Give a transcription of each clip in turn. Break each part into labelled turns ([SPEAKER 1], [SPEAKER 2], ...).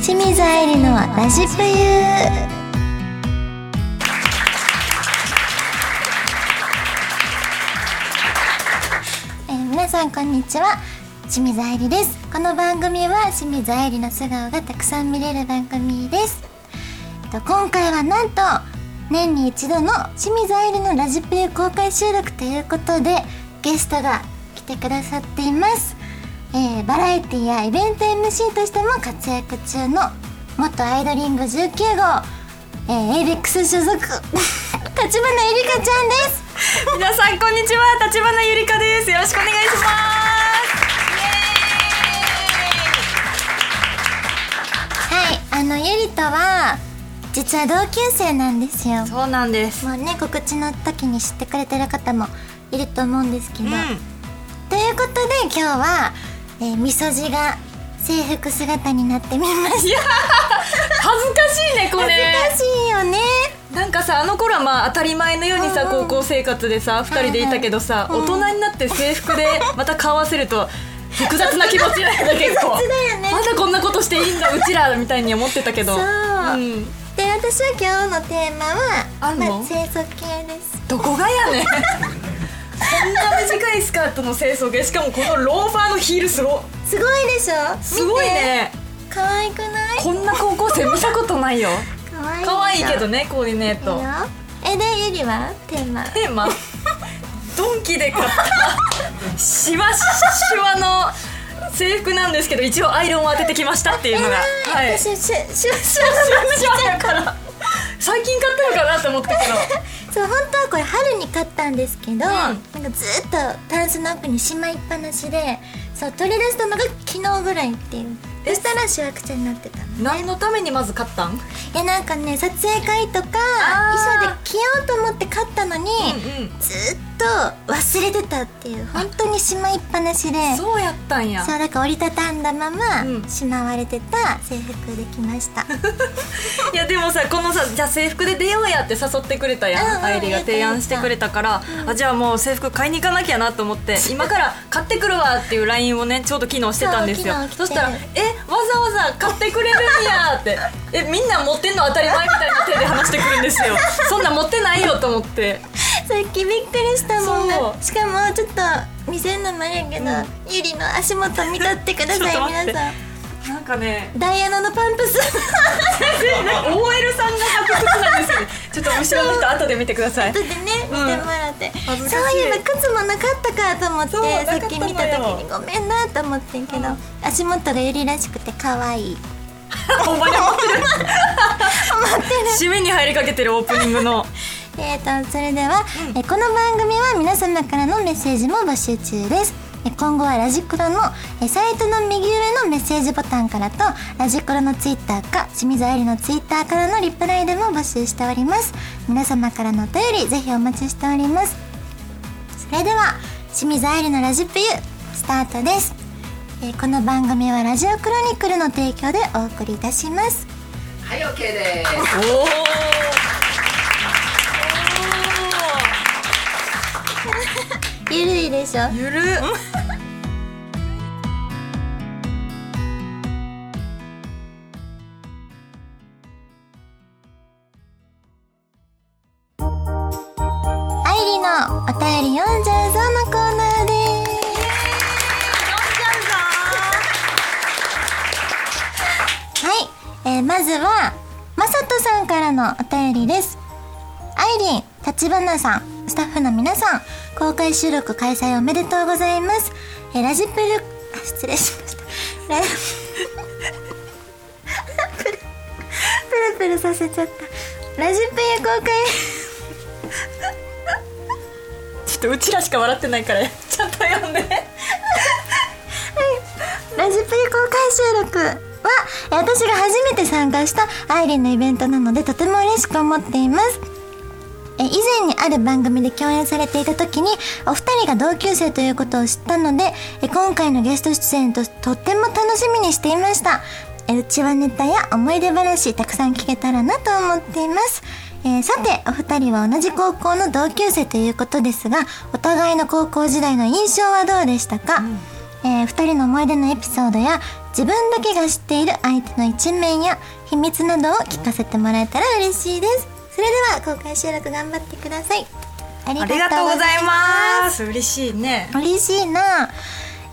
[SPEAKER 1] 清水愛理の私ぷゆーえー皆さんこんにちは清水愛理ですこの番組は清水愛理の素顔がたくさん見れる番組ですえっと今回はなんと年に一度の清水愛理のラジプレ公開収録ということでゲストが来てくださっています、えーバラエティやイベント MC としても活躍中の元アイドリング19号えー、エイベックス所属 立花ゆりかちゃんです
[SPEAKER 2] 皆さんこんにちは立花ゆりかですよろしくお願いします
[SPEAKER 1] はいあのゆりとは実は同級生なんですよ
[SPEAKER 2] そうなんです
[SPEAKER 1] もうね告知の時に知ってくれてる方もいると思うんですけ
[SPEAKER 2] う
[SPEAKER 1] ど、ということで今日は、えー、みそじが制服姿になってみました
[SPEAKER 2] 恥ずかしいねこれ
[SPEAKER 1] 恥ずかしいよね
[SPEAKER 2] なんかさあの頃はまあ当たり前のようにさ、
[SPEAKER 1] うんうん
[SPEAKER 2] 高校生活でさ2人でいたけど
[SPEAKER 1] は
[SPEAKER 2] さ、
[SPEAKER 1] いはいうん
[SPEAKER 2] 大人になって制服 でまた顔合わせると複雑な気持ちになる 結構
[SPEAKER 1] 雑だよね
[SPEAKER 2] まだこんなことしていいんだうちらみたいに思ってたけど
[SPEAKER 1] そう
[SPEAKER 2] うん、
[SPEAKER 1] で私は今日のテーマは
[SPEAKER 2] あんの
[SPEAKER 1] まあ、清楚系です
[SPEAKER 2] どこがやねんこんな短いスカートの清掃でしかもこのローファーのヒールすご
[SPEAKER 1] すごいでしょ
[SPEAKER 2] すごいね
[SPEAKER 1] 見て可愛くない
[SPEAKER 2] こんな高校生見たことないよ
[SPEAKER 1] 可愛いでしょ
[SPEAKER 2] 可愛いけどねコーディネート
[SPEAKER 1] いいよえでゆりはテーマ
[SPEAKER 2] テーマ ドンキで買ったシワシワの制服なんですけど一応アイロンを当ててきましたっていうのが
[SPEAKER 1] は、
[SPEAKER 2] はいい
[SPEAKER 1] 私
[SPEAKER 2] シ
[SPEAKER 1] しゅしゅしゅ
[SPEAKER 2] ワシワだから最近買ったのかなと思ったけ ど
[SPEAKER 1] そう本当はこれ春に買ったんですけど、なんかずっとタンスの奥にしまいっぱなしでそう取り出したのが昨日ぐらいっていうそしたらしわくちゃになってたの
[SPEAKER 2] 何のためにまず買ったん
[SPEAKER 1] いやなんかね撮影会とか
[SPEAKER 2] あー
[SPEAKER 1] 衣装で着ようと思って買ったのに、
[SPEAKER 2] うんうん
[SPEAKER 1] ずっと忘れてたっていう本当にしまいっぱなしで
[SPEAKER 2] そうやったんや
[SPEAKER 1] そうだから折りたたんだまま
[SPEAKER 2] うん
[SPEAKER 1] しまわれてた制服できました、
[SPEAKER 2] いやでもさこのさじゃあ制服で出ようやって誘ってくれたやん、
[SPEAKER 1] うんうん
[SPEAKER 2] 愛理が提案してくれたから、あじゃあもう制服買いに行かなきゃなと思って今から買ってくるわっていう LINE をねちょうど昨日してたんですよ
[SPEAKER 1] そう昨日来て
[SPEAKER 2] そしたら「えわざわざ買ってくれるんや」って「えみんな持ってんの当たり前」みたいな手で話してくるんで すよそんなん持ってないよと思って
[SPEAKER 1] さっきびっくりしたもん
[SPEAKER 2] そ
[SPEAKER 1] しかもちょっと見せるのもあれやけど、
[SPEAKER 2] うん
[SPEAKER 1] ゆりの足元見とってくだ
[SPEAKER 2] ちょっと
[SPEAKER 1] さい
[SPEAKER 2] 待っ
[SPEAKER 1] 皆
[SPEAKER 2] て
[SPEAKER 1] さん
[SPEAKER 2] なんかね
[SPEAKER 1] ダイアナのパン プス
[SPEAKER 2] なんか OL さんが履く靴なんですよねちょっと後ろの人後で見てく ださい
[SPEAKER 1] 後でね見てもらって、
[SPEAKER 2] 恥ず
[SPEAKER 1] そ
[SPEAKER 2] かし
[SPEAKER 1] う
[SPEAKER 2] い
[SPEAKER 1] いうの靴もなかったかと思って
[SPEAKER 2] そうなか
[SPEAKER 1] さ
[SPEAKER 2] っ
[SPEAKER 1] った
[SPEAKER 2] の
[SPEAKER 1] き
[SPEAKER 2] よ
[SPEAKER 1] 見た時にごめんなと思ってんけど、
[SPEAKER 2] うん
[SPEAKER 1] 足元がゆりらしくて可 愛い
[SPEAKER 2] お前持ってる
[SPEAKER 1] 待ってる
[SPEAKER 2] 締めに入りかけてるオープニングの
[SPEAKER 1] えー、とそれでは、えこの番組は皆様からのメッセージも募集中ですえ今後はラジクロのえサイトの右上のメッセージボタンからとラジクロのツイッターか清水愛理のツイッターからのリプライでも募集しております皆様からのお便りぜひお待ちしておりますそれでは清水愛理のラジプユスタートですえーこの番組はラジオクロニクルの提供でお送りいたします
[SPEAKER 3] はい、OK です。
[SPEAKER 2] おーおー
[SPEAKER 1] ゆるいでしょ
[SPEAKER 2] ゆる
[SPEAKER 1] アイリのお便り読んじゃうぞのコーナーです。はい、えー、まずはまさとさんからのお便りです。アイリン、立花さん、スタッフの皆さん、公開収録開催おめでとうございます。えーラジプル、あ失礼しました。ラプルプルさせちゃった。ラジプル公開。
[SPEAKER 2] ちょっとうちらしか笑ってないからちゃんと読んで
[SPEAKER 1] ラジプリ公開収録はえ私が初めて参加したアイリンのイベントなのでとても嬉しく思っていますえ以前にある番組で共演されていた時にお二人が同級生ということを知ったのでえ今回のゲスト出演ととっても楽しみにしていましたえうちはネタや思い出話たくさん聞けたらなと思っていますえーさてお二人は同じ高校の同級生ということですがお互いの高校時代の印象はどうでしたか、えー、2人の思い出のエピソードや自分だけが知っている相手の一面や秘密などを聞かせてもらえたら嬉しいですそれでは公開収録頑張ってくださいあり
[SPEAKER 2] ありが
[SPEAKER 1] がと
[SPEAKER 2] と
[SPEAKER 1] う
[SPEAKER 2] う
[SPEAKER 1] ご
[SPEAKER 2] ご
[SPEAKER 1] ざ
[SPEAKER 2] ざ
[SPEAKER 1] い
[SPEAKER 2] い
[SPEAKER 1] ます
[SPEAKER 2] ます嬉しいね
[SPEAKER 1] 嬉しいな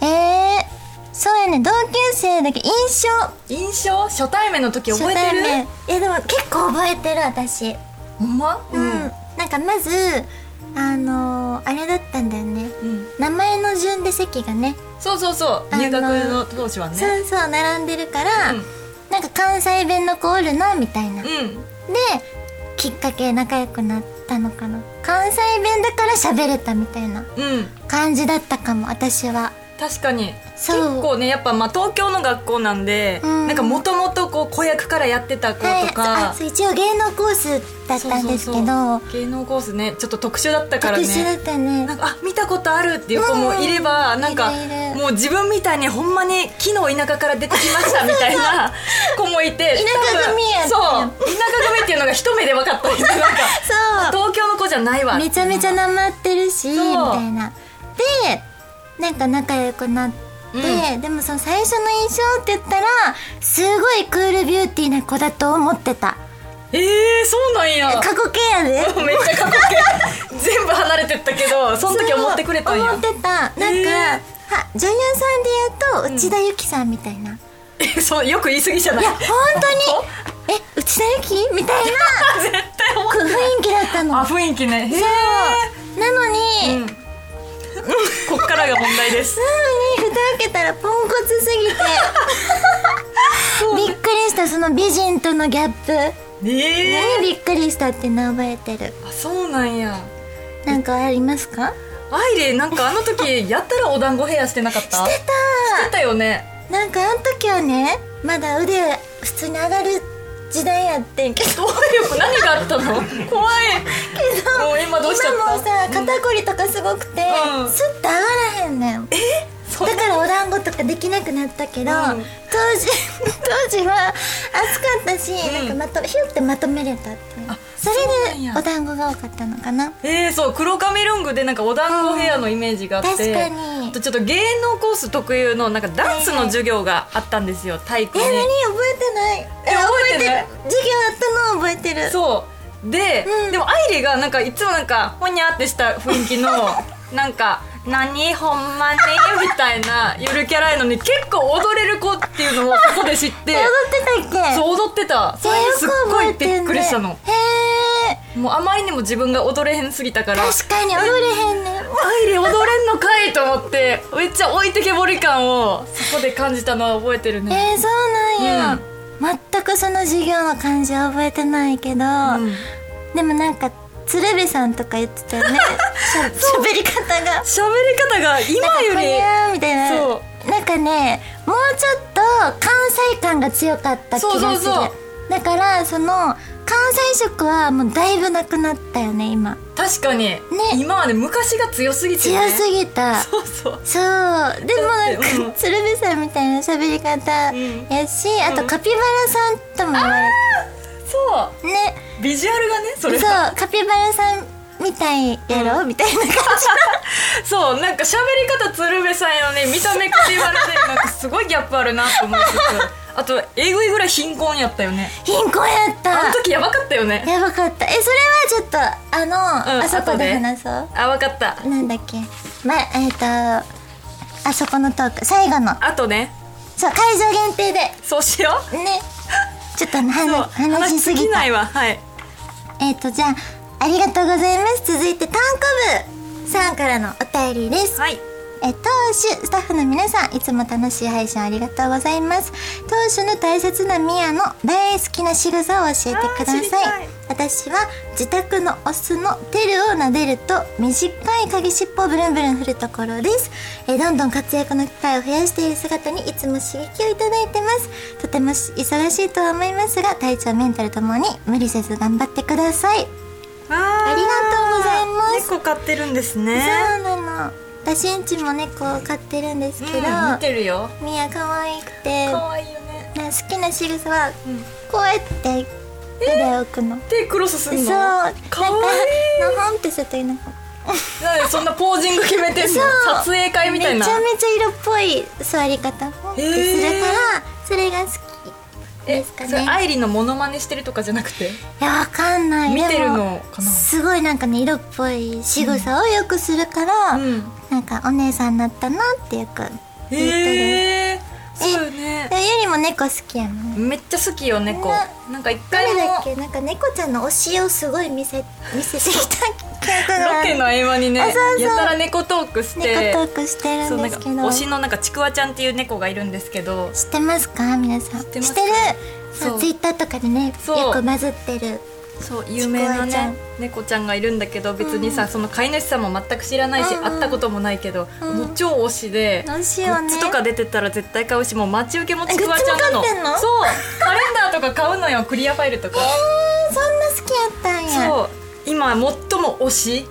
[SPEAKER 1] えー、そうやね同級生だけ印象
[SPEAKER 2] 印象初対面の時覚えて
[SPEAKER 1] 初対
[SPEAKER 2] る
[SPEAKER 1] 面えでも結構覚えてる私
[SPEAKER 2] ほんま
[SPEAKER 1] うん、なんかまずあのーあれだったんだよね
[SPEAKER 2] うん
[SPEAKER 1] 名前の順で席がね
[SPEAKER 2] そうそうそう
[SPEAKER 1] あの
[SPEAKER 2] 入学の当時はね
[SPEAKER 1] そうそう並んでるから、
[SPEAKER 2] うん
[SPEAKER 1] なんか関西弁の子おるなみたいな、で
[SPEAKER 2] うん
[SPEAKER 1] きっかけ仲良くなったのかな関西弁だから喋れたみたいな
[SPEAKER 2] うん
[SPEAKER 1] 感じだったかも私は
[SPEAKER 2] 確かに結
[SPEAKER 1] そう
[SPEAKER 2] 構ねやっぱまあ東京の学校なんで、
[SPEAKER 1] うん
[SPEAKER 2] なんかもともとこう子役からやってた子と
[SPEAKER 1] はい
[SPEAKER 2] か、
[SPEAKER 1] あそう一応芸能コースだったんですけど
[SPEAKER 2] そうそうそう芸能コースねちょっと特殊だったから
[SPEAKER 1] 特
[SPEAKER 2] ね
[SPEAKER 1] 殊だったね
[SPEAKER 2] なんかあ見たことあるっていう子もいれば、
[SPEAKER 1] うん
[SPEAKER 2] なんか
[SPEAKER 1] いるいる
[SPEAKER 2] もう自分みたいにほんまに木の田舎から出てきましたみた いな子もいて
[SPEAKER 1] 田舎組やった
[SPEAKER 2] 多
[SPEAKER 1] よ
[SPEAKER 2] 分そう田舎組っていうのが一目で分かったんですよなんか
[SPEAKER 1] そう
[SPEAKER 2] 東京の子じゃないわ
[SPEAKER 1] めちゃめちゃなまってるしみ
[SPEAKER 2] そう
[SPEAKER 1] たいなでなんか仲良くなって、でもその最初の印象って言ったらすごいクールビューティーな子だと思ってた
[SPEAKER 2] えー、そうなんや
[SPEAKER 1] 過去形やで
[SPEAKER 2] めっちゃ過去形全部離れてったけどその時思ってくれたん
[SPEAKER 1] そう
[SPEAKER 2] や
[SPEAKER 1] 思ってたなんか、
[SPEAKER 2] へえ
[SPEAKER 1] は女優さんで言うと内田有紀さんみたいな、
[SPEAKER 2] えそうよく言い過ぎじゃな
[SPEAKER 1] い
[SPEAKER 2] い
[SPEAKER 1] や本
[SPEAKER 2] 本
[SPEAKER 1] 当にえ内田有紀み たいな
[SPEAKER 2] 絶対思っ
[SPEAKER 1] 雰囲気だったの
[SPEAKER 2] あ雰囲気ねへえ
[SPEAKER 1] そうなのに、
[SPEAKER 2] うんこっからが問題です
[SPEAKER 1] なのに蓋開けたらポンコツすぎてびっくりしたその美人とのギャップ
[SPEAKER 2] ええ
[SPEAKER 1] 何びっくりしたって名覚えてる
[SPEAKER 2] あそうなんや
[SPEAKER 1] なんかありますか
[SPEAKER 2] アイレなんかあの 時やったらお団子ヘアしてなかったして
[SPEAKER 1] た
[SPEAKER 2] たよね
[SPEAKER 1] なんかあの時はねまだ腕普通に上がる時代やってんけど
[SPEAKER 2] どういう何があったの怖いもう今どうしちゃった
[SPEAKER 1] 今もさ肩こりとかすごくて、
[SPEAKER 2] うん
[SPEAKER 1] スッと上がらへんのよ
[SPEAKER 2] そ
[SPEAKER 1] だからお団子とかできなくなったけど、
[SPEAKER 2] うん
[SPEAKER 1] 当時 当時は暑かったし、
[SPEAKER 2] ん
[SPEAKER 1] なんかまとヒュってまとめれたっていう
[SPEAKER 2] あ
[SPEAKER 1] それ
[SPEAKER 2] そうなん
[SPEAKER 1] で
[SPEAKER 2] や
[SPEAKER 1] お団子が多かったのかな
[SPEAKER 2] えー、そう黒髪ロングでなんかお団子ヘアのイメージがあって、
[SPEAKER 1] うん確かに
[SPEAKER 2] あとちょっと芸能コース特有のなんかダンスの授業があったんですよ体育
[SPEAKER 1] え、
[SPEAKER 2] に、
[SPEAKER 1] 何覚えてない
[SPEAKER 2] え覚えてない
[SPEAKER 1] る授業あったの覚えてる
[SPEAKER 2] そうで、
[SPEAKER 1] うん
[SPEAKER 2] でもアイリがなんかいつもなんかほにゃってした雰囲 気のなんか「何ほんまに」みたいなゆるキャラやのに結構踊れる子っていうのをここで知って
[SPEAKER 1] 踊ってたっけ
[SPEAKER 2] そう踊ってたそ
[SPEAKER 1] え
[SPEAKER 2] れに
[SPEAKER 1] よく
[SPEAKER 2] すっご
[SPEAKER 1] 覚
[SPEAKER 2] い
[SPEAKER 1] えて
[SPEAKER 2] びっ
[SPEAKER 1] んね
[SPEAKER 2] くりしたの
[SPEAKER 1] へえ
[SPEAKER 2] もうあまりにも自分が踊れへんすぎたから
[SPEAKER 1] 確かに踊れへんね
[SPEAKER 2] アイリ踊れんのかいと思ってめっちゃ置いてけぼり感をそこで感じたのは覚えてるね、
[SPEAKER 1] えー、そうなんや、
[SPEAKER 2] うん
[SPEAKER 1] 全くその授業の感じは覚えてないけど、
[SPEAKER 2] うん
[SPEAKER 1] でもなんか鶴瓶さんとか言ってた よねしゃ喋り方が
[SPEAKER 2] 喋り方が今
[SPEAKER 1] なんか
[SPEAKER 2] よ
[SPEAKER 1] こり
[SPEAKER 2] り
[SPEAKER 1] ゃーみたいな
[SPEAKER 2] そ
[SPEAKER 1] なんかねもうちょっと関西感が強かった気がする
[SPEAKER 2] そうそうそう
[SPEAKER 1] だからその関西色はもうだいぶなくなったよね今
[SPEAKER 2] 確かに、今はね昔が強すぎて、ね、
[SPEAKER 1] 強すぎた
[SPEAKER 2] そうそう
[SPEAKER 1] そうでもなんか
[SPEAKER 2] うん
[SPEAKER 1] 鶴瓶さんみたいな喋り方やし、あとカピバラさんとも言われ
[SPEAKER 2] そう
[SPEAKER 1] てね
[SPEAKER 2] ビジュアルがねそ
[SPEAKER 1] そう
[SPEAKER 2] れが
[SPEAKER 1] カピバラさんみたいやろ、みたいな感
[SPEAKER 2] そうなんか喋り方鶴瓶さんやのに見た目から言われてなんかすごいギャップあるなと思いつつあとえぐいぐらい貧困やったよね
[SPEAKER 1] じ貧困やっ
[SPEAKER 2] あの
[SPEAKER 1] た
[SPEAKER 2] 時やばかったよね
[SPEAKER 1] やばかったえそれはちょっとあの、
[SPEAKER 2] うん
[SPEAKER 1] あそこ
[SPEAKER 2] 後
[SPEAKER 1] で
[SPEAKER 2] で
[SPEAKER 1] 話そう
[SPEAKER 2] あわかった
[SPEAKER 1] なんだっけまえっ、とあそこのトーク最後の
[SPEAKER 2] あとね
[SPEAKER 1] そう会場限定で
[SPEAKER 2] そうしよう
[SPEAKER 1] ねちょっと話
[SPEAKER 2] そう
[SPEAKER 1] 話しすぎ
[SPEAKER 2] 尽き
[SPEAKER 1] た
[SPEAKER 2] ないわはい
[SPEAKER 1] えっ、とじゃあありがとうございます続いて短歌部さんからのお便りです
[SPEAKER 2] はい
[SPEAKER 1] え当主スタッフの皆さんいつも楽しい配信ありがとうございます当主の大切なミヤの大好きな仕草を教えてくだ
[SPEAKER 2] あー知り
[SPEAKER 1] さ
[SPEAKER 2] た
[SPEAKER 1] い
[SPEAKER 2] い
[SPEAKER 1] 私は自宅のオスのテルを撫でると短い鍵尻尾をブルンブルン振るところですえーどんどん活躍の機会を増やしている姿にいつも刺激をいただいてますとても忙しいとは思いますが体調メンタルともに無理せず頑張ってください
[SPEAKER 2] あー
[SPEAKER 1] ありがとうございます
[SPEAKER 2] 猫飼ってるんですね
[SPEAKER 1] そうなの私んちも猫を飼ってるんですけど、
[SPEAKER 2] うん見てるよ
[SPEAKER 1] ミヤ可愛くてな
[SPEAKER 2] 可愛いよね
[SPEAKER 1] 好きな仕草は
[SPEAKER 2] うん
[SPEAKER 1] こうやって手で置くの、
[SPEAKER 2] 手クロスすん
[SPEAKER 1] そう
[SPEAKER 2] の
[SPEAKER 1] なんか
[SPEAKER 2] 可愛い
[SPEAKER 1] のほんってするとなんか
[SPEAKER 2] なんでそんなポージング決めてんの
[SPEAKER 1] そう
[SPEAKER 2] 撮影会みたい
[SPEAKER 1] め
[SPEAKER 2] な
[SPEAKER 1] ちゃめちゃ色っぽい座り方をするからそれが好き
[SPEAKER 2] え
[SPEAKER 1] です
[SPEAKER 2] そ
[SPEAKER 1] か
[SPEAKER 2] れ
[SPEAKER 1] ね
[SPEAKER 2] アイリンのモノマネしてるとかじゃなくて
[SPEAKER 1] いやわかんない
[SPEAKER 2] 見てる
[SPEAKER 1] で
[SPEAKER 2] の
[SPEAKER 1] も
[SPEAKER 2] かな
[SPEAKER 1] すごいなんかね色っぽい仕草をよくするから、
[SPEAKER 2] うん
[SPEAKER 1] なんかお姉さんになったなってよく言ってる、
[SPEAKER 2] へえそうよね
[SPEAKER 1] でもゆりも猫好きやもん
[SPEAKER 2] めっちゃ好きよ猫
[SPEAKER 1] ね
[SPEAKER 2] なんか一回
[SPEAKER 1] 誰
[SPEAKER 2] も
[SPEAKER 1] だっけなんか猫ちゃんの推しをすごい見せ 見せてきた記憶があ
[SPEAKER 2] ロケ
[SPEAKER 1] る
[SPEAKER 2] の合間にね
[SPEAKER 1] あそうそう
[SPEAKER 2] やたら猫トークして
[SPEAKER 1] 猫トークしてる
[SPEAKER 2] そうんな
[SPEAKER 1] で
[SPEAKER 2] んか
[SPEAKER 1] すけど
[SPEAKER 2] 推しのなんかちくわちゃんっていう猫がいるんですけど
[SPEAKER 1] 知ってますか皆さん知
[SPEAKER 2] ってます
[SPEAKER 1] てる
[SPEAKER 2] そう
[SPEAKER 1] ツイッターとかでね
[SPEAKER 2] そう
[SPEAKER 1] よくバズってる
[SPEAKER 2] そう有名な
[SPEAKER 1] ちくわちゃ
[SPEAKER 2] ね
[SPEAKER 1] ん
[SPEAKER 2] 猫ちゃんがいるんだけど別にさ、その飼い主さんも全く知らないし、
[SPEAKER 1] うんうん
[SPEAKER 2] 会ったこともないけど、
[SPEAKER 1] うん
[SPEAKER 2] もう超推しで
[SPEAKER 1] 推しよね
[SPEAKER 2] グッズとか出てたら絶対買うしもう待ち受けもちくわちゃんなの
[SPEAKER 1] グッズも買ってんの
[SPEAKER 2] そうカレンダーとか買う のよクリアファイルとか、
[SPEAKER 1] えー、そんな好きやったんや
[SPEAKER 2] そう今最も推し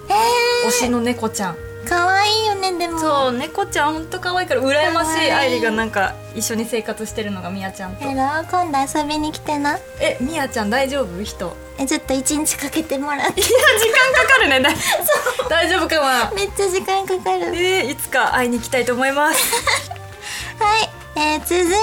[SPEAKER 2] 推しの猫ちゃん
[SPEAKER 1] えー、かわいいよねでも
[SPEAKER 2] そう猫ちゃんほんと可愛いから羨ましい
[SPEAKER 1] 可
[SPEAKER 2] 愛
[SPEAKER 1] 愛い
[SPEAKER 2] 梨がなんか一緒に生活してるのがみやちゃんと
[SPEAKER 1] やろう今度遊びに来てな
[SPEAKER 2] えみやちゃん大丈夫人いや
[SPEAKER 1] えちょっと一日かけてもらって
[SPEAKER 2] 時間かかるね だい大丈夫かな
[SPEAKER 1] めっちゃ時間かかるはい、
[SPEAKER 2] えー、いつか会いに行きたいと思います
[SPEAKER 1] えー、続いて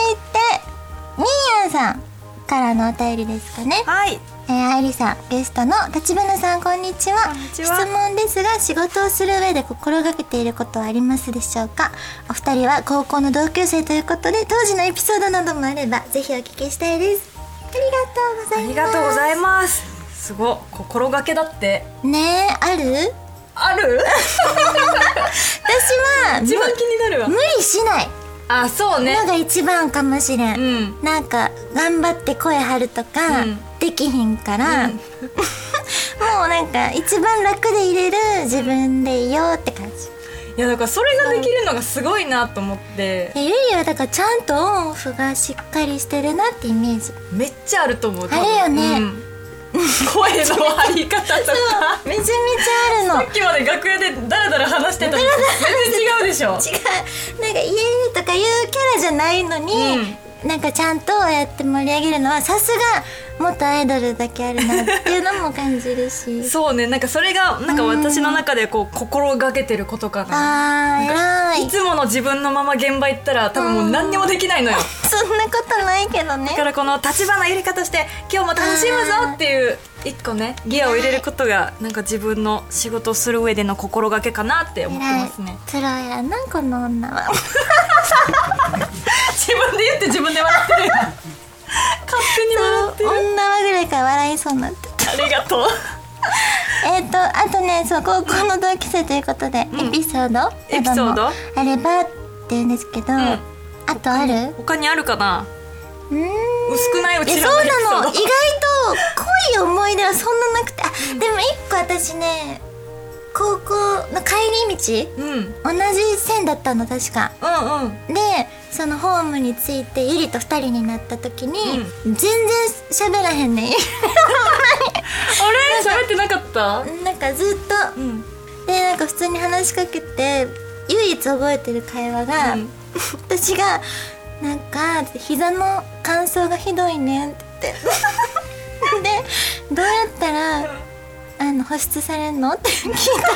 [SPEAKER 1] みーやんさんからのお便りですかね
[SPEAKER 2] はい
[SPEAKER 1] えー、愛理さんゲストの立花さんこんにちは
[SPEAKER 2] こんにちは
[SPEAKER 1] 質問ですが仕事をする上で心がけていることはありますでしょうかお二人は高校の同級生ということで当時のエピソードなどもあればぜひお聞きしたいですありがとうござい
[SPEAKER 2] あり
[SPEAKER 1] ます
[SPEAKER 2] がとうございますすごい心がけだって
[SPEAKER 1] ねえある
[SPEAKER 2] ある
[SPEAKER 1] 私は
[SPEAKER 2] 自分気になるわ
[SPEAKER 1] 無理しない
[SPEAKER 2] あそうね
[SPEAKER 1] のが一番かもしれん、
[SPEAKER 2] うん
[SPEAKER 1] なんか頑張って声張るとか、
[SPEAKER 2] うん
[SPEAKER 1] できひんから、 もうなんか一番楽でいれる自分でいようって感じ
[SPEAKER 2] いやだからそれができるのがすごいなと思って
[SPEAKER 1] でゆりはだからちゃんとオンオフがしっかりしてるなってイメージ
[SPEAKER 2] めっちゃあると思う多分
[SPEAKER 1] あるよね
[SPEAKER 2] うん声の張り方とか
[SPEAKER 1] めちゃめちゃあるの
[SPEAKER 2] さっきまで楽屋でダラダラ話してたのに全 然違うでし
[SPEAKER 1] 違う
[SPEAKER 2] ょ
[SPEAKER 1] なんかイエーイとかいうキャラじゃないのに、なんかちゃんとやって盛り上げるのはさすが元アイドルだけあるなっていうのも感じる し
[SPEAKER 2] そうねなんかそれがなんか私の中でこう心がけてることかな
[SPEAKER 1] あー偉
[SPEAKER 2] い
[SPEAKER 1] い
[SPEAKER 2] つもの自分のまま現場行ったら多分もう何にもできないのよ
[SPEAKER 1] そんなことないけどね
[SPEAKER 2] だからこの立花ゆりかとして今日も楽しむぞっていう一個ねギアを入れることがなんか自分の仕事をする上での心がけかなって思って
[SPEAKER 1] 偉
[SPEAKER 2] ま
[SPEAKER 1] い
[SPEAKER 2] すね
[SPEAKER 1] プロやなこの女は
[SPEAKER 2] 自分で言って自分で笑って るよ勝手に笑って
[SPEAKER 1] 女はぐらいから笑いそうになって
[SPEAKER 2] るありがとう
[SPEAKER 1] えー、とあとねそう高校の同期生ということで、
[SPEAKER 2] ん
[SPEAKER 1] エピソードな
[SPEAKER 2] エピソー
[SPEAKER 1] ど
[SPEAKER 2] ド
[SPEAKER 1] もあればって言うんですけど、あとあるう
[SPEAKER 2] 他にあるかな
[SPEAKER 1] ーん
[SPEAKER 2] 薄くないう
[SPEAKER 1] えそ
[SPEAKER 2] ち
[SPEAKER 1] う
[SPEAKER 2] らのエピ
[SPEAKER 1] な
[SPEAKER 2] ソード
[SPEAKER 1] の意外と濃い思い出はそんななくてあでも一個私ね高校の帰り道
[SPEAKER 2] うんうんうん
[SPEAKER 1] 同じ線だったの確かでそのホームに着いてゆりと二人になった時に、全然喋らへんねん
[SPEAKER 2] あれ喋ってなかった
[SPEAKER 1] なんかずっと
[SPEAKER 2] うん
[SPEAKER 1] でなんか普通に話しかけて唯一覚えてる会話が、
[SPEAKER 2] うん
[SPEAKER 1] 私が「なんか膝の乾燥がひどいね」って 言ってで「どうやったらあの保湿されんの?」って聞いた のそした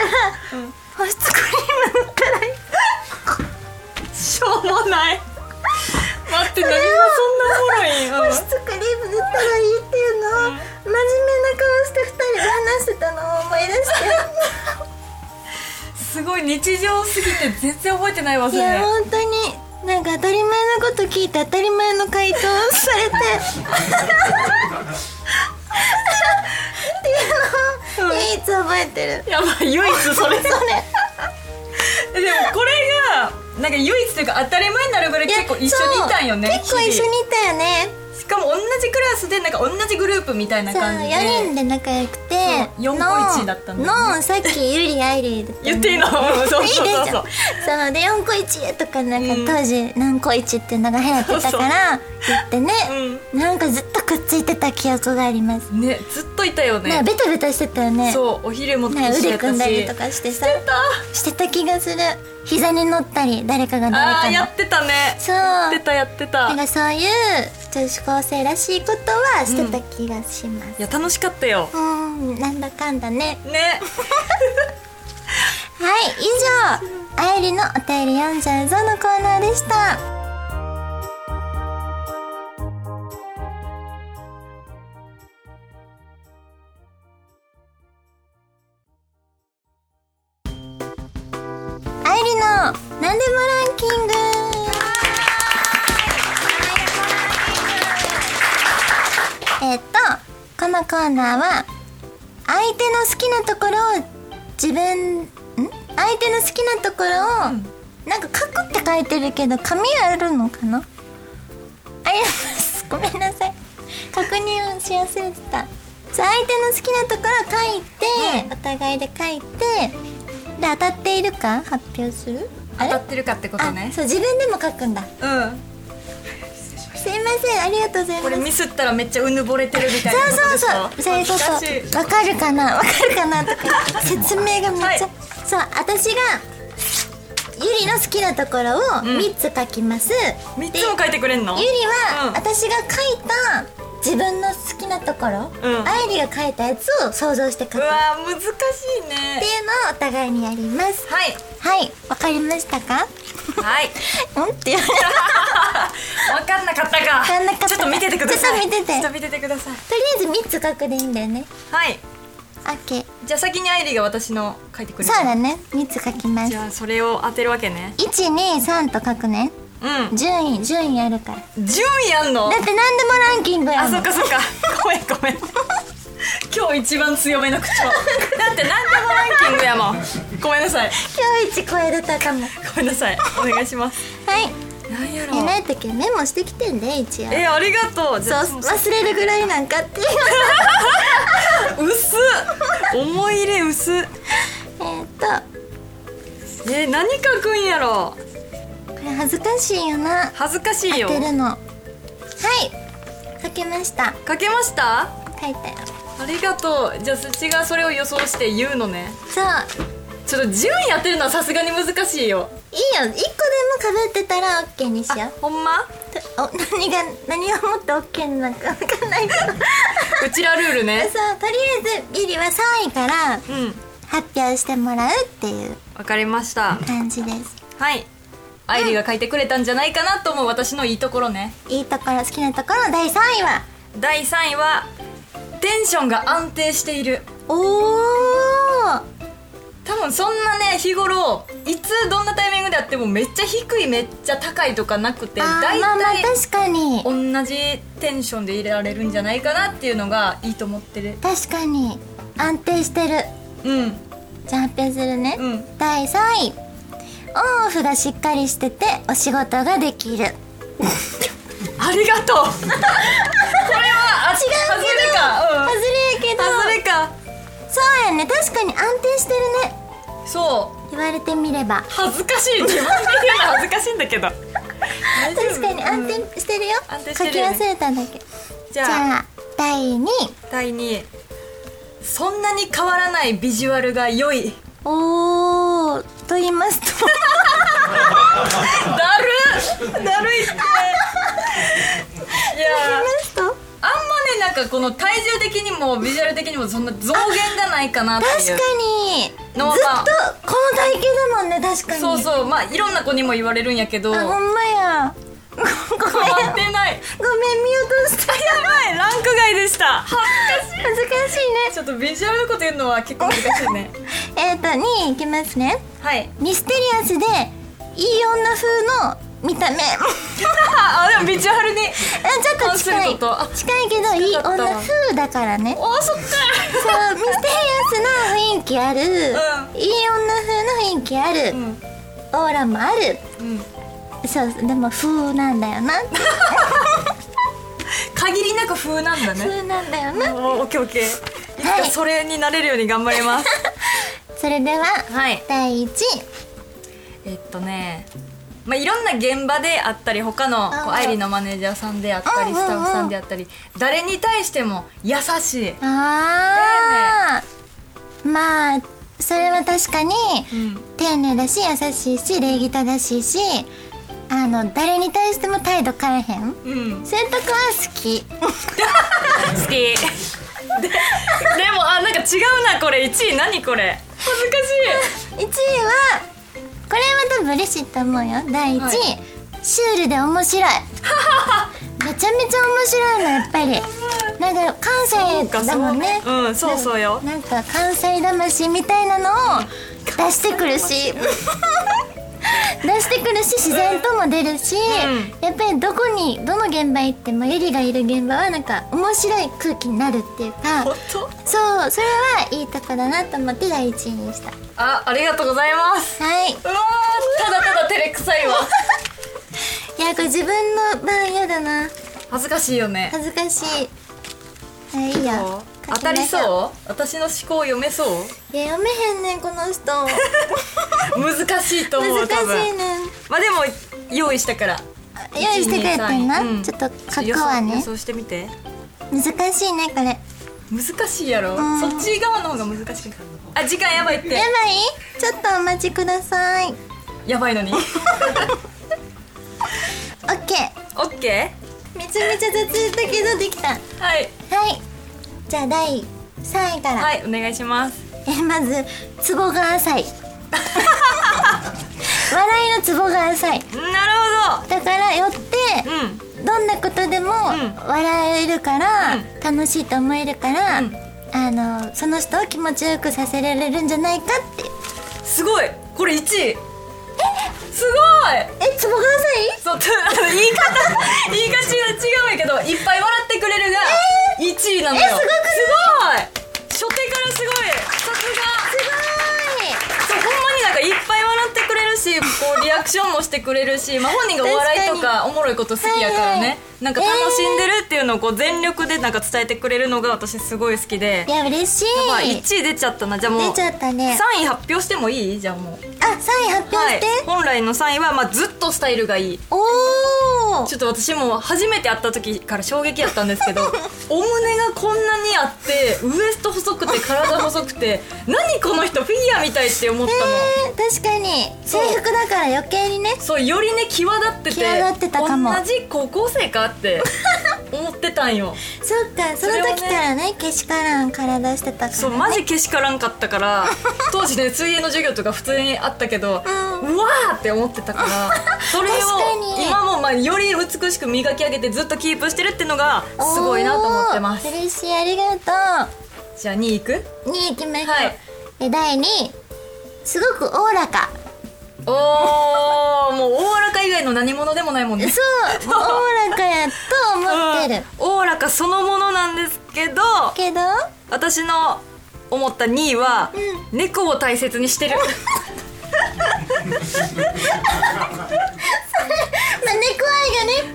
[SPEAKER 1] ら、保湿クリームのから
[SPEAKER 2] しょうもない待って何がそんなおもろいん、うん
[SPEAKER 1] 保湿クリーム塗ったらいいっていうのを、
[SPEAKER 2] うん
[SPEAKER 1] 真面目な顔して二人で話してたのを思い出して。
[SPEAKER 2] すごい日常すぎて全然覚えてないわそ
[SPEAKER 1] いや
[SPEAKER 2] れ
[SPEAKER 1] 本当になんか当たり前のこと聞いて当たり前の回答をされてっていうのを唯一覚えてる
[SPEAKER 2] やばい唯一そ れでも
[SPEAKER 1] それ
[SPEAKER 2] これがなんか唯一というか当たり前になるぐらい
[SPEAKER 1] いや
[SPEAKER 2] 結構一緒にいたんよね
[SPEAKER 1] そう結構一緒にい
[SPEAKER 2] 日
[SPEAKER 1] たよね
[SPEAKER 2] 々しかも同じクラスでなんか同じグループみたいな
[SPEAKER 1] そう
[SPEAKER 2] 感じで
[SPEAKER 1] 4人で仲良くて
[SPEAKER 2] そう四個一だったんだよ
[SPEAKER 1] ののさっきゆりあいりだったの
[SPEAKER 2] 言って いいのそうそう
[SPEAKER 1] いい
[SPEAKER 2] そう
[SPEAKER 1] でし
[SPEAKER 2] そ
[SPEAKER 1] ょ
[SPEAKER 2] う
[SPEAKER 1] そうで4個1とかなん
[SPEAKER 2] うん
[SPEAKER 1] か当時何個1っていうのが流行ってたから言ってねなんかずっとくっついてた記憶があります
[SPEAKER 2] ねずっといたよ
[SPEAKER 1] ね
[SPEAKER 2] ね
[SPEAKER 1] ベタベタしてたよね
[SPEAKER 2] そうお昼も一緒
[SPEAKER 1] ね
[SPEAKER 2] やったし
[SPEAKER 1] 腕組んだりとかしてさ
[SPEAKER 2] やった
[SPEAKER 1] してた気がする膝に乗ったり誰かが
[SPEAKER 2] あー
[SPEAKER 1] 誰
[SPEAKER 2] や
[SPEAKER 1] かの
[SPEAKER 2] ってたね
[SPEAKER 1] そう
[SPEAKER 2] やってたやってた
[SPEAKER 1] なんかそういう女子高生らしいことはしてた気がします、
[SPEAKER 2] いや楽しかったよ
[SPEAKER 1] うん、なんだかんだね。
[SPEAKER 2] ね
[SPEAKER 1] はい、以上、あゆりのお便り読んじゃうぞのコーナーでした。あゆりの、なんでもランキング。えっと、このコーナーは、相手の好きなところを自分ん相手の好きなところを、なんか書くって書いてるけど紙あるのかなあります ごめんなさい確認をし忘れてたそう相手の好きなところを書いて、お互いで書いてで当たっているか発表するあ
[SPEAKER 2] 当
[SPEAKER 1] れ
[SPEAKER 2] たってるかってことね
[SPEAKER 1] あそう自分でも書くんだ
[SPEAKER 2] うん
[SPEAKER 1] すいませんありがとうござい
[SPEAKER 2] こ
[SPEAKER 1] ます
[SPEAKER 2] れミスったらめっちゃうぬぼれてるみたいな
[SPEAKER 1] そうそうそうそういうこ
[SPEAKER 2] 恥ずかし
[SPEAKER 1] とわかるかなわかるかなとか説明がめっちゃ、
[SPEAKER 2] はい
[SPEAKER 1] そう私がゆりの好きなところを
[SPEAKER 2] ん
[SPEAKER 1] 3つ書きます、
[SPEAKER 2] 3つも書いてくれんの
[SPEAKER 1] ゆりは、
[SPEAKER 2] うん
[SPEAKER 1] 私が書いた自分の好きなところ、
[SPEAKER 2] うん
[SPEAKER 1] あゆりが書いたやつを想像して書くっていう
[SPEAKER 2] う
[SPEAKER 1] のを
[SPEAKER 2] わー難しいね
[SPEAKER 1] お互いにやります
[SPEAKER 2] はい
[SPEAKER 1] はいわかりました か
[SPEAKER 2] はい
[SPEAKER 1] うんって言われた
[SPEAKER 2] 分かんなかったか
[SPEAKER 1] わかんなかった
[SPEAKER 2] ちょっと見ててください
[SPEAKER 1] ちょっと見てて
[SPEAKER 2] ちょっと見ててください
[SPEAKER 1] とりあえず3つ書くでいいんだよね
[SPEAKER 2] はい
[SPEAKER 1] オッケー
[SPEAKER 2] じゃあ先にアイリーが私の書いてくれた
[SPEAKER 1] そうだね3つ書きま
[SPEAKER 2] じ
[SPEAKER 1] す
[SPEAKER 2] ゃあそれを当てるわけね
[SPEAKER 1] 123と書くね
[SPEAKER 2] う
[SPEAKER 1] 順位順位あるから
[SPEAKER 2] ん順位あんの
[SPEAKER 1] だって何でもランキングや
[SPEAKER 2] あ
[SPEAKER 1] も
[SPEAKER 2] そ
[SPEAKER 1] ん
[SPEAKER 2] っかそっかごめんごめん今日一番強めの口調だって何でもランキングやもんごめんなさい
[SPEAKER 1] 今日一超えれたかもは
[SPEAKER 2] ごめんなさいお願いします
[SPEAKER 1] い
[SPEAKER 2] なんやろ
[SPEAKER 1] えない時メモしてきてんで一応
[SPEAKER 2] えありがとうじ
[SPEAKER 1] そ
[SPEAKER 2] ゃあ
[SPEAKER 1] う忘れるぐらいなんか っていう
[SPEAKER 2] 薄っ思い入れ薄っ
[SPEAKER 1] えっと
[SPEAKER 2] え何書くんやろ
[SPEAKER 1] これ恥ずかしいよな
[SPEAKER 2] 恥ずかしい
[SPEAKER 1] 当
[SPEAKER 2] よ
[SPEAKER 1] てるのはい書けました
[SPEAKER 2] 書けました
[SPEAKER 1] 書いたよ
[SPEAKER 2] ありがとうじゃあすちがそれを予想して言うのね
[SPEAKER 1] そう
[SPEAKER 2] ちょっと順位当てるのはさすがに難しいよ
[SPEAKER 1] いいよ一個でも被ってたら OK にしよ
[SPEAKER 2] あ
[SPEAKER 1] う
[SPEAKER 2] ほんま
[SPEAKER 1] お何が何をもって OK なのか 分かんない けどそう
[SPEAKER 2] うちらルールね
[SPEAKER 1] とりあえずビリは3位から
[SPEAKER 2] うん
[SPEAKER 1] 発表してもらうっていう
[SPEAKER 2] わかりました
[SPEAKER 1] 感じです
[SPEAKER 2] はいアイリーが書いてくれたんじゃないかなと思う私のいいところね
[SPEAKER 1] いいところ好きなところ第3位は
[SPEAKER 2] 第3位はテンションが安定している
[SPEAKER 1] おお
[SPEAKER 2] 多分そんなね日頃いつどんなタイミングであってもめっちゃ低いめっちゃ高いとかなくて
[SPEAKER 1] あー
[SPEAKER 2] 大
[SPEAKER 1] まあまあ
[SPEAKER 2] 体
[SPEAKER 1] 確かに
[SPEAKER 2] 同じテンションでいられるんじゃないかなっていうのがいいと思ってる
[SPEAKER 1] 確かに安定してる
[SPEAKER 2] うん
[SPEAKER 1] じゃあ発表するね、
[SPEAKER 2] うん
[SPEAKER 1] 第3位オンオフがしっかりしててお仕事ができる
[SPEAKER 2] ありがとうこれはあ違
[SPEAKER 1] うけど外れやけ
[SPEAKER 2] 外れか、
[SPEAKER 1] ど
[SPEAKER 2] うん、外れか
[SPEAKER 1] そうやね確かに安定してるね
[SPEAKER 2] そう
[SPEAKER 1] 言われてみれば
[SPEAKER 2] 恥ずかしい自分で言うの恥ずかしいんだけど大丈夫
[SPEAKER 1] 確かに安
[SPEAKER 2] うん
[SPEAKER 1] 定してるよ,、
[SPEAKER 2] 安定し
[SPEAKER 1] 書
[SPEAKER 2] てる
[SPEAKER 1] き
[SPEAKER 2] よね
[SPEAKER 1] 忘れたんだけど
[SPEAKER 2] じ
[SPEAKER 1] じゃ
[SPEAKER 2] ゃあ
[SPEAKER 1] あ第2位
[SPEAKER 2] 第2位そんなに変わらないビジュアルが良い
[SPEAKER 1] おーと言います と
[SPEAKER 2] だるだるいって
[SPEAKER 1] と言いま
[SPEAKER 2] いやー
[SPEAKER 1] すと
[SPEAKER 2] あんまねなんかこの体重的にもビジュアル的にもそんな増減がないかなって
[SPEAKER 1] 確
[SPEAKER 2] い
[SPEAKER 1] か
[SPEAKER 2] う
[SPEAKER 1] にずっとこ
[SPEAKER 2] ノ
[SPEAKER 1] の
[SPEAKER 2] ーパン
[SPEAKER 1] 体型だもんね確かに
[SPEAKER 2] そうそうまあいろんな子にも言われるんやけど
[SPEAKER 1] あ
[SPEAKER 2] 変わ
[SPEAKER 1] ほんまや ごめんごめん
[SPEAKER 2] って ない
[SPEAKER 1] 見落とした
[SPEAKER 2] やばいランク外でした恥ずかしい
[SPEAKER 1] 恥ずかし
[SPEAKER 2] ちょっとビジュアルのこと言うのは結構難しいね
[SPEAKER 1] いねえっ、と2位いきますね
[SPEAKER 2] はい
[SPEAKER 1] ミステリアスでいい女風の見た目 あ
[SPEAKER 2] あでもビジュアルに
[SPEAKER 1] ちょっと近
[SPEAKER 2] 関する
[SPEAKER 1] い
[SPEAKER 2] ことあ
[SPEAKER 1] 近いけどいい
[SPEAKER 2] か
[SPEAKER 1] 女
[SPEAKER 2] った
[SPEAKER 1] 風だからね
[SPEAKER 2] おーそっか
[SPEAKER 1] そうミステリアスな雰囲気ある、
[SPEAKER 2] う
[SPEAKER 1] いい女風の雰囲気ある、
[SPEAKER 2] うん
[SPEAKER 1] オーラもある
[SPEAKER 2] うん
[SPEAKER 1] そうでも風なんだよな
[SPEAKER 2] 限りなく風なんだね
[SPEAKER 1] 風なんだよ
[SPEAKER 2] お
[SPEAKER 1] な
[SPEAKER 2] ーオッケーオッケーいつ
[SPEAKER 1] は
[SPEAKER 2] か
[SPEAKER 1] い
[SPEAKER 2] それになれるように頑張ります
[SPEAKER 1] それでは、
[SPEAKER 2] はい
[SPEAKER 1] 第1位
[SPEAKER 2] えっとねまあ、いろんな現場であったり他のこう愛理のマネージャーさんであったり
[SPEAKER 1] うん
[SPEAKER 2] スタッフさんであったり誰に対しても優しい、
[SPEAKER 1] あーまあそれは確かに、
[SPEAKER 2] うん
[SPEAKER 1] 丁寧だし優しいし礼儀正しいしああの誰に対しても態度変えへん
[SPEAKER 2] うん
[SPEAKER 1] 洗濯は好き
[SPEAKER 2] 好き ででもあなんか違うなこれ1位何これ恥ずかし
[SPEAKER 1] 1位はこれは多分嬉しいと思うよ第1位、
[SPEAKER 2] はい
[SPEAKER 1] シュールで面 白いめちゃめちゃ面白いのやっぱりなんか関西だもんね
[SPEAKER 2] そうかそううんそうそうよ
[SPEAKER 1] なんか関西魂みたいなのを出してくるし出してくるし自然とも出るし、やっぱりどこにどの現場行ってもゆりがいる現場はなんか面白い空気になるっていうか
[SPEAKER 2] い本
[SPEAKER 1] そ
[SPEAKER 2] 当
[SPEAKER 1] うそれはいいとこだなと思って第1位にした
[SPEAKER 2] あありがとうございます
[SPEAKER 1] はいいう
[SPEAKER 2] わーただただ照れくさいわ
[SPEAKER 1] やこれ自分の番嫌だな
[SPEAKER 2] 恥ずかしいよね
[SPEAKER 1] 恥ずかしいあいい
[SPEAKER 2] そ
[SPEAKER 1] や
[SPEAKER 2] う当たりそう私の思考読め そう
[SPEAKER 1] ういや読めへんねんこ の人難
[SPEAKER 2] 難しいと思う多
[SPEAKER 1] しい
[SPEAKER 2] 分
[SPEAKER 1] ねん
[SPEAKER 2] まあでも用意したから
[SPEAKER 1] 用意してくれたんな、
[SPEAKER 2] うん
[SPEAKER 1] ちょっと格好は
[SPEAKER 2] 予
[SPEAKER 1] ね
[SPEAKER 2] 想予想してみて
[SPEAKER 1] 難しいねこれや
[SPEAKER 2] 難しいやろ
[SPEAKER 1] ん
[SPEAKER 2] そっち側の方が難しいからあ時間やばいって
[SPEAKER 1] ばいちょっとお待ちください
[SPEAKER 2] やばいの に
[SPEAKER 1] オッケー
[SPEAKER 2] オッケ
[SPEAKER 1] めちゃめちゃ雑だけどできたは
[SPEAKER 2] ーはい
[SPEAKER 1] いじゃあ第3位から、
[SPEAKER 2] はいお願いします
[SPEAKER 1] えまずツボが浅 い笑いのツボが浅い
[SPEAKER 2] なる
[SPEAKER 1] だからよって、
[SPEAKER 2] ほどうん
[SPEAKER 1] どんなことでも笑えるから、楽しいと思えるから、
[SPEAKER 2] うん
[SPEAKER 1] あのその人を気持ちよくさせられるんじゃないかって
[SPEAKER 2] すごいこれ1位えすごい
[SPEAKER 1] えツボが浅い
[SPEAKER 2] そうと あの言い方言い方違う違うんやけどいっぱい笑ってくれるが1位なのよ
[SPEAKER 1] えすごく
[SPEAKER 2] ないすごい初手からすごいさす
[SPEAKER 1] す
[SPEAKER 2] がそうほんまになんかいっぱい笑ってくれるしこうリアクションもしてくれるし、まあ、本人がお笑いと
[SPEAKER 1] 確か
[SPEAKER 2] かおもろいこと好きやからね、
[SPEAKER 1] はいはい
[SPEAKER 2] なんか楽しんでるっていうのをこう全力でなんか伝えてくれるのが私すごい好きで
[SPEAKER 1] ごいいや嬉し
[SPEAKER 2] まあ
[SPEAKER 1] い
[SPEAKER 2] 1位出ちゃったなじゃあも
[SPEAKER 1] 出
[SPEAKER 2] う
[SPEAKER 1] ちゃったね
[SPEAKER 2] 3位発表してもいいじゃあもう
[SPEAKER 1] あ3位発表
[SPEAKER 2] は
[SPEAKER 1] し
[SPEAKER 2] い
[SPEAKER 1] て、、
[SPEAKER 2] 本来の3位は、まあ、ずっとスタイルがいい
[SPEAKER 1] おお
[SPEAKER 2] ちょっと私も初めて会った時から衝撃やった んですけどお胸がこんなにあってウエスト細くて体細くて何この人フィギュアみたいって思ったの、
[SPEAKER 1] えー、確かに制
[SPEAKER 2] そう
[SPEAKER 1] 服だから余計にね
[SPEAKER 2] そうよりね際立ってて
[SPEAKER 1] 際立ってたかも
[SPEAKER 2] 同じ高校生かって思ってたんよ
[SPEAKER 1] そっかその時からねけしからん体してたから、ね、
[SPEAKER 2] そうマジけしからんかったから当時ね水泳の授業とか普通にあったけど、う
[SPEAKER 1] う
[SPEAKER 2] わーって思ってたから それを
[SPEAKER 1] 確かに
[SPEAKER 2] 今もまあより美しく磨き上げてずっとキープしてるってのがすごいなと思ってます
[SPEAKER 1] おー嬉しいありがと
[SPEAKER 2] じゃあ2位いく
[SPEAKER 1] う2位いきましょう、
[SPEAKER 2] はい
[SPEAKER 1] で第2位すごくおおらか
[SPEAKER 2] おーもうおおらか以外の何者でもないもんね
[SPEAKER 1] そうおおらかやと思ってる
[SPEAKER 2] うんおおらかそのものなんですけど
[SPEAKER 1] けど
[SPEAKER 2] 私の思った2位は、猫を大切にしてる
[SPEAKER 1] まあ猫愛がね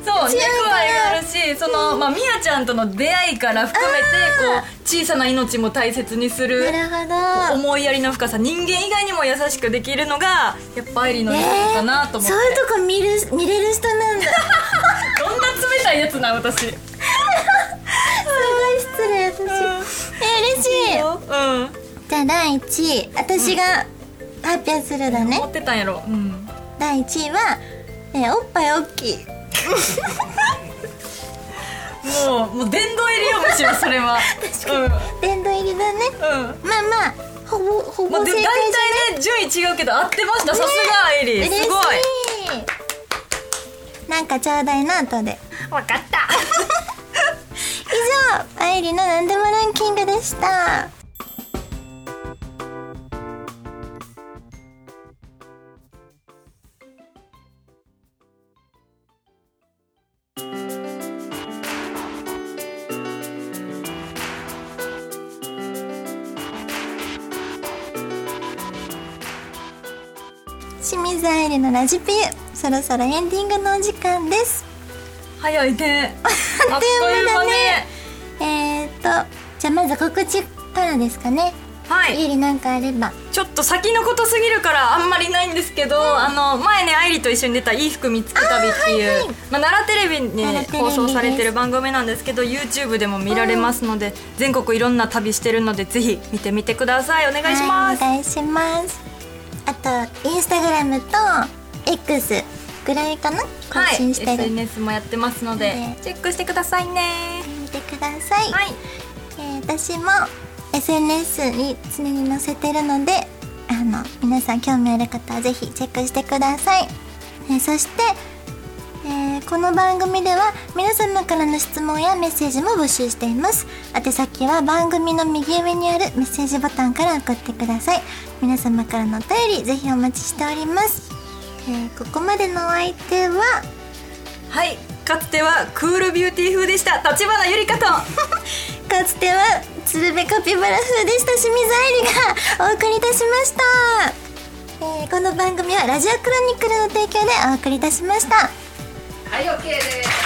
[SPEAKER 2] そう
[SPEAKER 1] 強
[SPEAKER 2] 猫
[SPEAKER 1] いから
[SPEAKER 2] 愛があるしその、まあ、みやちゃんとの出会いから含めてこう小さな命も大切にする
[SPEAKER 1] なるほど
[SPEAKER 2] 思いやりの深さ人間以外にも優しくできるのがやっぱ愛理の2位かなと思っ
[SPEAKER 1] そ
[SPEAKER 2] て、
[SPEAKER 1] ういうとこ見る見れる人なんだ
[SPEAKER 2] どんな冷たいやつなん私うん
[SPEAKER 1] すごい失礼私、え嬉しいじゃあ第1位私が発表するだね、
[SPEAKER 2] 思ってたんやろうん
[SPEAKER 1] 第1位は、えおっぱい大きい
[SPEAKER 2] もうもう殿堂入りよむしろそ れは
[SPEAKER 1] 殿堂入りだね
[SPEAKER 2] うんうん
[SPEAKER 1] まあまあほぼほ
[SPEAKER 2] まあ、
[SPEAKER 1] ぼ
[SPEAKER 2] で
[SPEAKER 1] 正
[SPEAKER 2] 大
[SPEAKER 1] 解じ
[SPEAKER 2] 体ね順位違うけど合ってましたさすが愛理
[SPEAKER 1] ゃない、
[SPEAKER 2] すごい
[SPEAKER 1] 嬉しいなんかちょうだいな後で
[SPEAKER 2] 分かった
[SPEAKER 1] 以上あゆりのなんでもランキングでした清水あゆりのラジピュそろそろエンディングのお時間です
[SPEAKER 2] 早いね
[SPEAKER 1] あ
[SPEAKER 2] あ
[SPEAKER 1] っと
[SPEAKER 2] っと
[SPEAKER 1] い
[SPEAKER 2] いうう
[SPEAKER 1] 間だ
[SPEAKER 2] 間
[SPEAKER 1] ね
[SPEAKER 2] ね
[SPEAKER 1] えー、っとじゃあまず告知からですかね
[SPEAKER 2] はい
[SPEAKER 1] ゆりなんかあれば
[SPEAKER 2] ちょっと先のことすぎるからあんまりないんですけど、あの前ね愛理と一緒に出た「いい服見つけ旅」っていうまあ、奈良テレビに、
[SPEAKER 1] 奈良テレビです
[SPEAKER 2] 放送されてる番組なんですけど YouTube でも見られますので、全国いろんな旅してるのでぜひ見てみてくださいお願いします、
[SPEAKER 1] はいお願いしますあとインスタグラムと X くぐらいかな更
[SPEAKER 2] はい
[SPEAKER 1] 新してる、
[SPEAKER 2] SNS もやってますので
[SPEAKER 1] ね
[SPEAKER 2] チェックしてくださいね
[SPEAKER 1] 見てください、
[SPEAKER 2] はい
[SPEAKER 1] えー私も SNS に常に載せてるのであの皆さん興味ある方はぜひチェックしてください、えーそして、えーこの番組では皆様からの質問やメッセージも募集しています宛先は番組の右上にあるメッセージボタンから送ってください皆様からのお便りぜひお待ちしております、えーここまでのお相手は
[SPEAKER 2] はいかつてはクールビューティー風でした立花ゆりかと
[SPEAKER 1] かつては鶴瓶カピバラ風で親しみざえりがお送りいたしました、えーこの番組はラジオクロニクルの提供でお送りいたしました
[SPEAKER 2] はい OK です